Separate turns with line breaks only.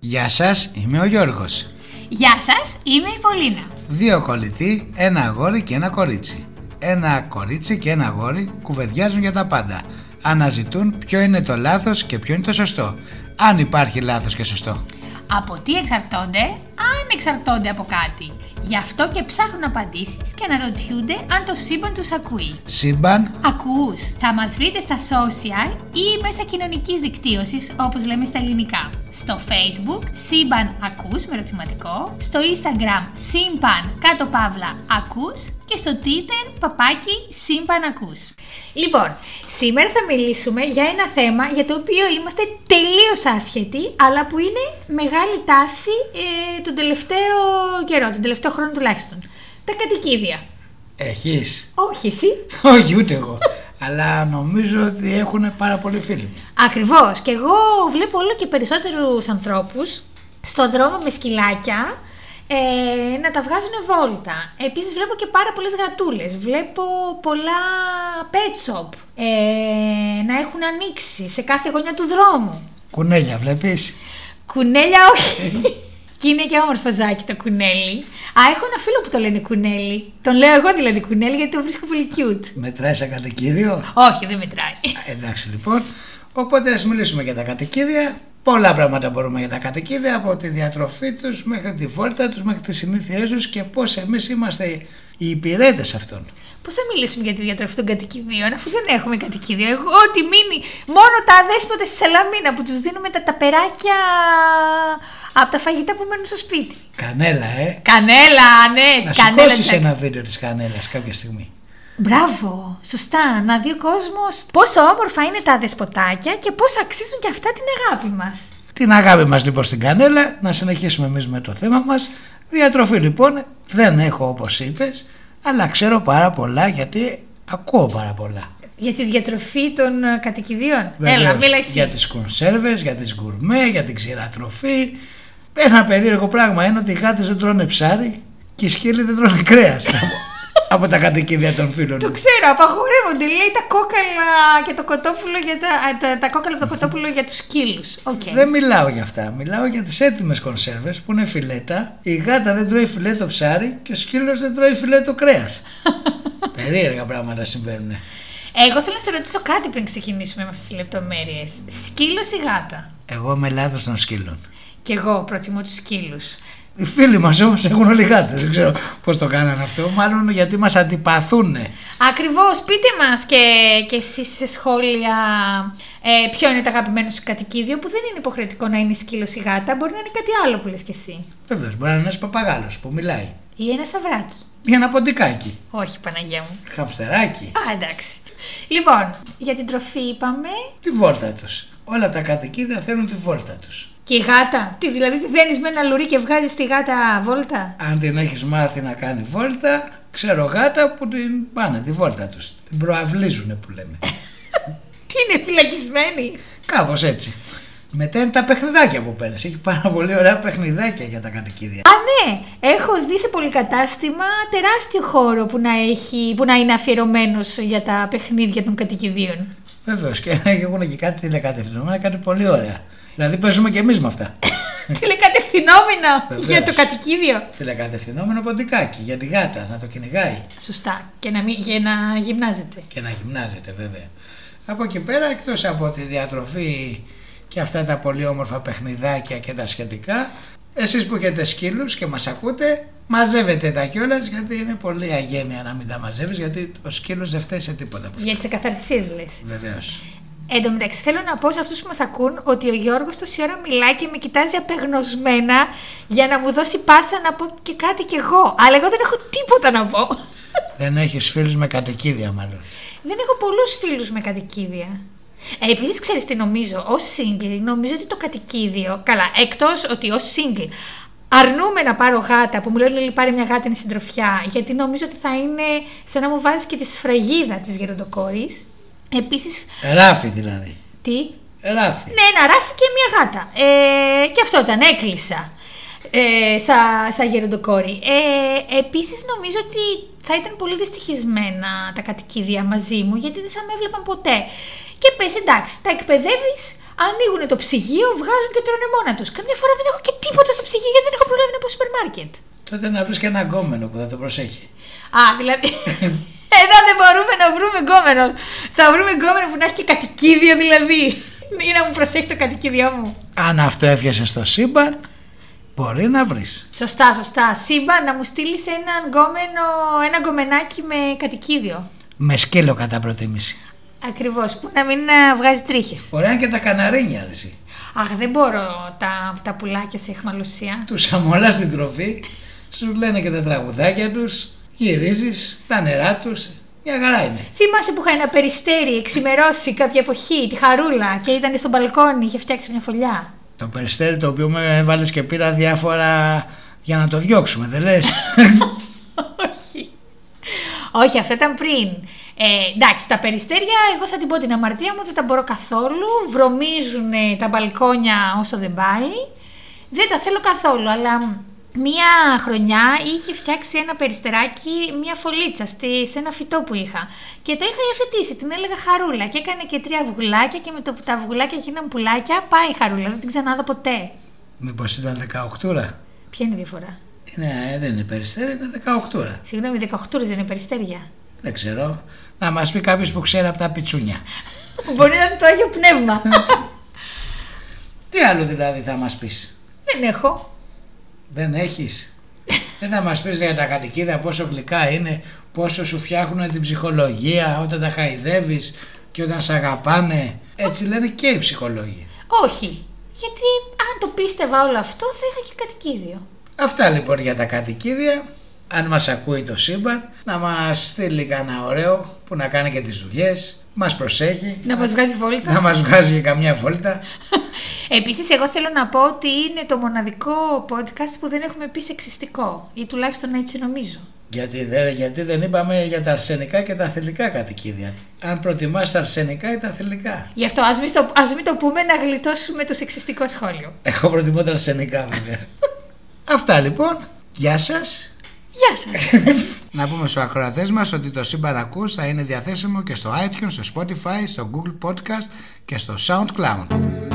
Γεια σας, είμαι ο Γιώργος.
Γεια σας, είμαι η Πολίνα.
Δύο κολλητοί, ένα αγόρι και ένα κορίτσι. Ένα κορίτσι και ένα αγόρι κουβεντιάζουν για τα πάντα. Αναζητούν ποιο είναι το λάθος και ποιο είναι το σωστό. Αν υπάρχει λάθος και σωστό.
Από τι εξαρτώνται, αν εξαρτώνται από κάτι. Γι' αυτό και ψάχνουν απαντήσεις και αναρωτιούνται αν το σύμπαν τους ακούει.
Σύμπαν,
Ακούς, θα μας βρείτε στα social ή μέσα κοινωνικής δικτύωσης όπως λέμε στα ελληνικά. Στο facebook σύμπαν ακούς με ερωτηματικό, στο instagram σύμπαν κάτω παύλα ακούς και στο twitter παπάκι σύμπαν ακούς. Λοιπόν, σήμερα θα μιλήσουμε για ένα θέμα για το οποίο είμαστε τελείως άσχετοι αλλά που είναι μεγάλη τάση ε, τον τελευταίο καιρό, τον τελευταίο χρόνο τουλάχιστον. Τα κατοικίδια.
έχεις.
Όχι εσύ,
Όχι ούτε εγώ. Αλλά νομίζω ότι έχουν πάρα πολλοί φίλοι μου.
Ακριβώς. Και εγώ βλέπω όλο και περισσότερους ανθρώπους στον δρόμο με σκυλάκια ε, να τα βγάζουν βόλτα. Επίσης βλέπω και πάρα πολλές γατούλες. Βλέπω πολλά pet shop ε, να έχουν ανοίξει σε κάθε γωνιά του δρόμου.
Κουνέλια βλέπεις.
Κουνέλια όχι. και είναι και όμορφο ζάκι το κουνέλι. Α, έχω ένα φίλο που το λένε κουνέλι. Τον λέω εγώ δηλαδή κουνέλι γιατί το βρίσκω πολύ cute.
Μετράει σαν κατοικίδιο.
Όχι, δεν μετράει.
Εντάξει λοιπόν, οπότε ας μιλήσουμε για τα κατοικίδια. Πολλά πράγματα μπορούμε για τα κατοικίδια, από τη διατροφή τους μέχρι τη φόρτα τους, μέχρι τις συνήθειές τους και πώς εμείς είμαστε οι υπηρέτες αυτών.
Πώς θα μιλήσουμε για τη διατροφή των κατοικιδίων, αφού δεν έχουμε κατοικίδιο. Εγώ ότι μείνει μόνο τα αδέσποτα στη Σαλαμίνα που τους δίνουμε τα ταπεράκια από τα φαγητά που μένουν στο σπίτι.
Κανέλα, ε!
Κανέλα, ναι,
Να
κανέλα.
σηκώσεις
τσακ.
ένα βίντεο της κανέλας κάποια στιγμή.
Μπράβο, σωστά. Να δει ο κόσμος πόσο όμορφα είναι τα αδεσποτάκια και πώς αξίζουν και αυτά την αγάπη μας.
Την αγάπη μας λοιπόν στην κανέλα, να συνεχίσουμε εμείς με το θέμα μας. Διατροφή λοιπόν δεν έχω όπως είπες, αλλά ξέρω πάρα πολλά γιατί ακούω πάρα πολλά.
Για τη διατροφή των ε, κατοικιδίων. Έλα,
Βεβαίως,
μίλα εσύ.
Για τις κονσέρβες, για τις γκουρμέ, για την ξηρατροφή. Ένα περίεργο πράγμα είναι ότι οι γάτες δεν τρώνε ψάρι και οι σκύλοι δεν τρώνε κρέας από, από τα κατοικίδια των φίλων
Το
μου.
ξέρω, απαγορεύονται. Λέει τα κόκαλα και το κοτόπουλο για τα, α, τα, τα κόκαλα από το κοτόπουλο για τους σκύλους. Οκ.
Δεν μιλάω για αυτά. Μιλάω για τις έτοιμες κονσέρβες που είναι φιλέτα. Η γάτα δεν τρώει φιλέτο ψάρι και ο σκύλος δεν τρώει φιλέτο κρέας. Περίεργα πράγματα συμβαίνουν.
Εγώ θέλω να σε ρωτήσω κάτι πριν ξεκινήσουμε με αυτές τις λεπτομέρειες. Σκύλος ή γάτα.
Εγώ είμαι λάθος των σκύλων.
Κι εγώ προτιμώ τους σκύλους.
Οι φίλοι μας όμως έχουν όλοι γάτες. Δεν ξέρω πώς το κάνανε αυτό. Μάλλον γιατί μας αντιπαθούνε.
Ακριβώς, πείτε μας και, και εσείς σε σχόλια ε, ποιο είναι το αγαπημένο σου κατοικίδιο που δεν είναι υποχρεωτικό να είναι σκύλος ή γάτα. Μπορεί να είναι κάτι άλλο που λες κι εσύ.
Βεβαίως, μπορεί να είναι ένας παπαγάλος που μιλάει.
Ή ένα σαβράκι.
Ή ένα ποντικάκι.
Όχι, Παναγία μου.
Χαμστεράκι.
Α, εντάξει. Λοιπόν, για την τροφή είπαμε.
Τη βόλτα τους. Όλα τα κατοικίδια θέλουν τη βόλτα τους.
Και η γάτα. Τι, δηλαδή τη δένεις με ένα λουρί και βγάζεις τη γάτα βόλτα.
Αν την έχεις μάθει να κάνει βόλτα, ξέρω γάτα που την πάνε τη βόλτα τους. Την προαυλίζουνε που λέμε.
Τι είναι φυλακισμένη.
Κάπως έτσι. Μετά είναι τα παιχνιδάκια που παίρνεις. Έχει πάρα πολύ ωραία παιχνιδάκια για τα κατοικίδια.
Α, ναι! Έχω δει σε πολυκατάστημα τεράστιο χώρο που να, έχει, που να είναι αφιερωμένος για τα παιχνίδια των κατοικιδίων.
Βεβαίως και έχουν και κάτι τηλεκατευθυνόμενα, κάτι πολύ ωραία. Δηλαδή παίζουμε και εμείς με αυτά.
Τηλεκατευθυνόμενο
Βεβαίως.
για το κατοικίδιο.
Τηλεκατευθυνόμενο ποντικάκι για τη γάτα να το κυνηγάει.
Σωστά. Και να, μην, για να γυμνάζεται.
και να γυμνάζεται βέβαια. Από εκεί πέρα εκτός από τη διατροφή και αυτά τα πολύ όμορφα παιχνιδάκια και τα σχετικά εσείς που έχετε σκύλους και μας ακούτε μαζεύετε τα κιόλας γιατί είναι πολύ αγένεια να μην τα μαζεύεις γιατί ο σκύλος δεν φταίει σε τίποτα από αυτά.
Για τις εκαθαρσίε, λες.
Hm. Βεβαίως.
Εν τω μεταξύ, θέλω να πω σε αυτούς που μας ακούν ότι ο Γιώργος τόση ώρα μιλάει και με κοιτάζει απεγνωσμένα για να μου δώσει πάσα να πω και κάτι κι εγώ. Αλλά εγώ δεν έχω τίποτα να πω.
δεν έχεις φίλους με κατοικίδια μάλλον.
Δεν έχω πολλούς φίλους με κατοικίδια. Ε, Επίσης, ξέρεις τι νομίζω, ως single, νομίζω ότι το κατοικίδιο. Καλά, εκτός ότι ως single αρνούμε να πάρω γάτα που μου λένε Λίλη, πάρε μια γάτα είναι συντροφιά, γιατί νομίζω ότι θα είναι σαν να μου βάζεις και τη σφραγίδα της γεροντοκόρης. Επίσης,
Ράφι δηλαδή.
τι.
Ράφι.
Ναι, ένα ράφι και μια γάτα. Ε, και αυτό ήταν, έκλεισα. Ε, σαν σα γεροντοκόρη. Ε, Επίσης, νομίζω ότι θα ήταν πολύ δυστυχισμένα τα κατοικίδια μαζί μου, γιατί δεν θα με έβλεπαν ποτέ. Και πες, εντάξει, τα εκπαιδεύεις, ανοίγουν το ψυγείο, βγάζουν και τρώνε μόνα τους. Καμιά φορά δεν έχω και τίποτα στο ψυγείο γιατί δεν έχω προλάβει να πάω στο σούπερ μάρκετ.
Τότε να βρεις και ένα γκόμενο που θα το προσέχει.
Α, δηλαδή. Εδώ δεν μπορούμε να βρούμε γκόμενο. Θα βρούμε γκόμενο που να έχει και κατοικίδιο δηλαδή. Ή να μου προσέχει το κατοικίδιό μου.
Αν αυτό έφτιασε στο σύμπαν, μπορεί να βρεις.
Σωστά, σωστά. Σύμπα, να μου στείλεις ένα, γκόμενο, ένα γκομενάκι με κατοικίδιο.
Με σκύλο κατά προτίμηση.
Ακριβώς, που να μην ε, βγάζει τρίχες.
Ωραία είναι και τα καναρίνια, ρε, εσύ.
Αχ, δεν μπορώ τα, τα πουλάκια σε αιχμαλωσία.
Τους αμολάς την τροφή, σου λένε και τα τραγουδάκια τους, γυρίζεις, τα νερά τους. Μια χαρά είναι.
Θυμάσαι που είχα ένα περιστέρι εξημερώσει κάποια εποχή, τη χαρούλα, και ήταν στο μπαλκόνι, είχε φτιάξει μια φωλιά.
Το περιστέρι το οποίο με έβαλες και πήρα διάφορα για να το διώξουμε, δεν λες.
Όχι. Όχι, αυτό ήταν πριν. Ε, εντάξει, τα περιστέρια, εγώ θα την πω την αμαρτία μου, δεν τα μπορώ καθόλου. Βρωμίζουν ε, τα μπαλκόνια όσο δεν πάει. Δεν τα θέλω καθόλου, αλλά μία χρονιά είχε φτιάξει ένα περιστεράκι, μία φωλίτσα στη, σε ένα φυτό που είχα. Και το είχα υιοθετήσει, την έλεγα χαρούλα. Και έκανε και τρία βουγουλάκια και με το που τα βουγουλάκια γίναν πουλάκια, πάει η χαρούλα, δεν την ξανάδω ποτέ.
Μήπως ήταν 18
Ποια είναι η διαφορά.
Ναι, ε, δεν είναι περιστέρι, είναι 18
Συγγνώμη, 18 δεν είναι περιστέρια.
Δεν ξέρω. Να μας πει κάποιος που ξέρει από τα πιτσούνια.
Μπορεί να είναι το Άγιο Πνεύμα.
Τι άλλο δηλαδή θα μας πεις.
δεν έχω.
Δεν έχεις. Δεν θα μας πεις για τα κατοικίδα πόσο γλυκά είναι, πόσο σου φτιάχνουν την ψυχολογία όταν τα χαϊδεύεις και όταν σε αγαπάνε. Έτσι λένε και οι ψυχολόγοι.
Όχι. Γιατί αν το πίστευα όλο αυτό θα είχα και κατοικίδιο.
Αυτά λοιπόν για τα κατοικίδια. Αν μας ακούει το σύμπαν, να μας στείλει κανένα ωραίο που να κάνει και τις δουλειές, μας προσέχει,
Να μας βγάζει βόλτα.
να μας βγάζει και καμιά βόλτα.
Επίσης εγώ θέλω να πω ότι είναι το μοναδικό podcast που δεν έχουμε πει σεξιστικό. Ή τουλάχιστον έτσι νομίζω.
Γιατί δεν, γιατί δεν είπαμε για τα αρσενικά και τα θηλυκά κατοικίδια. Αν προτιμάς τα αρσενικά ή τα θηλυκά.
Γι' αυτό ας μην, το, ας μην το πούμε να γλιτώσουμε το σεξιστικό σχόλιο.
Εγώ προτιμώ τα αρσενικά βέβαια. Αυτά λοιπόν. Γεια σας.
Γεια σας.
Να πούμε στους ακροατές μας ότι το Σύμπαν Ακούς θα είναι διαθέσιμο και στο iTunes, στο Spotify, στο Google Podcast και στο SoundCloud.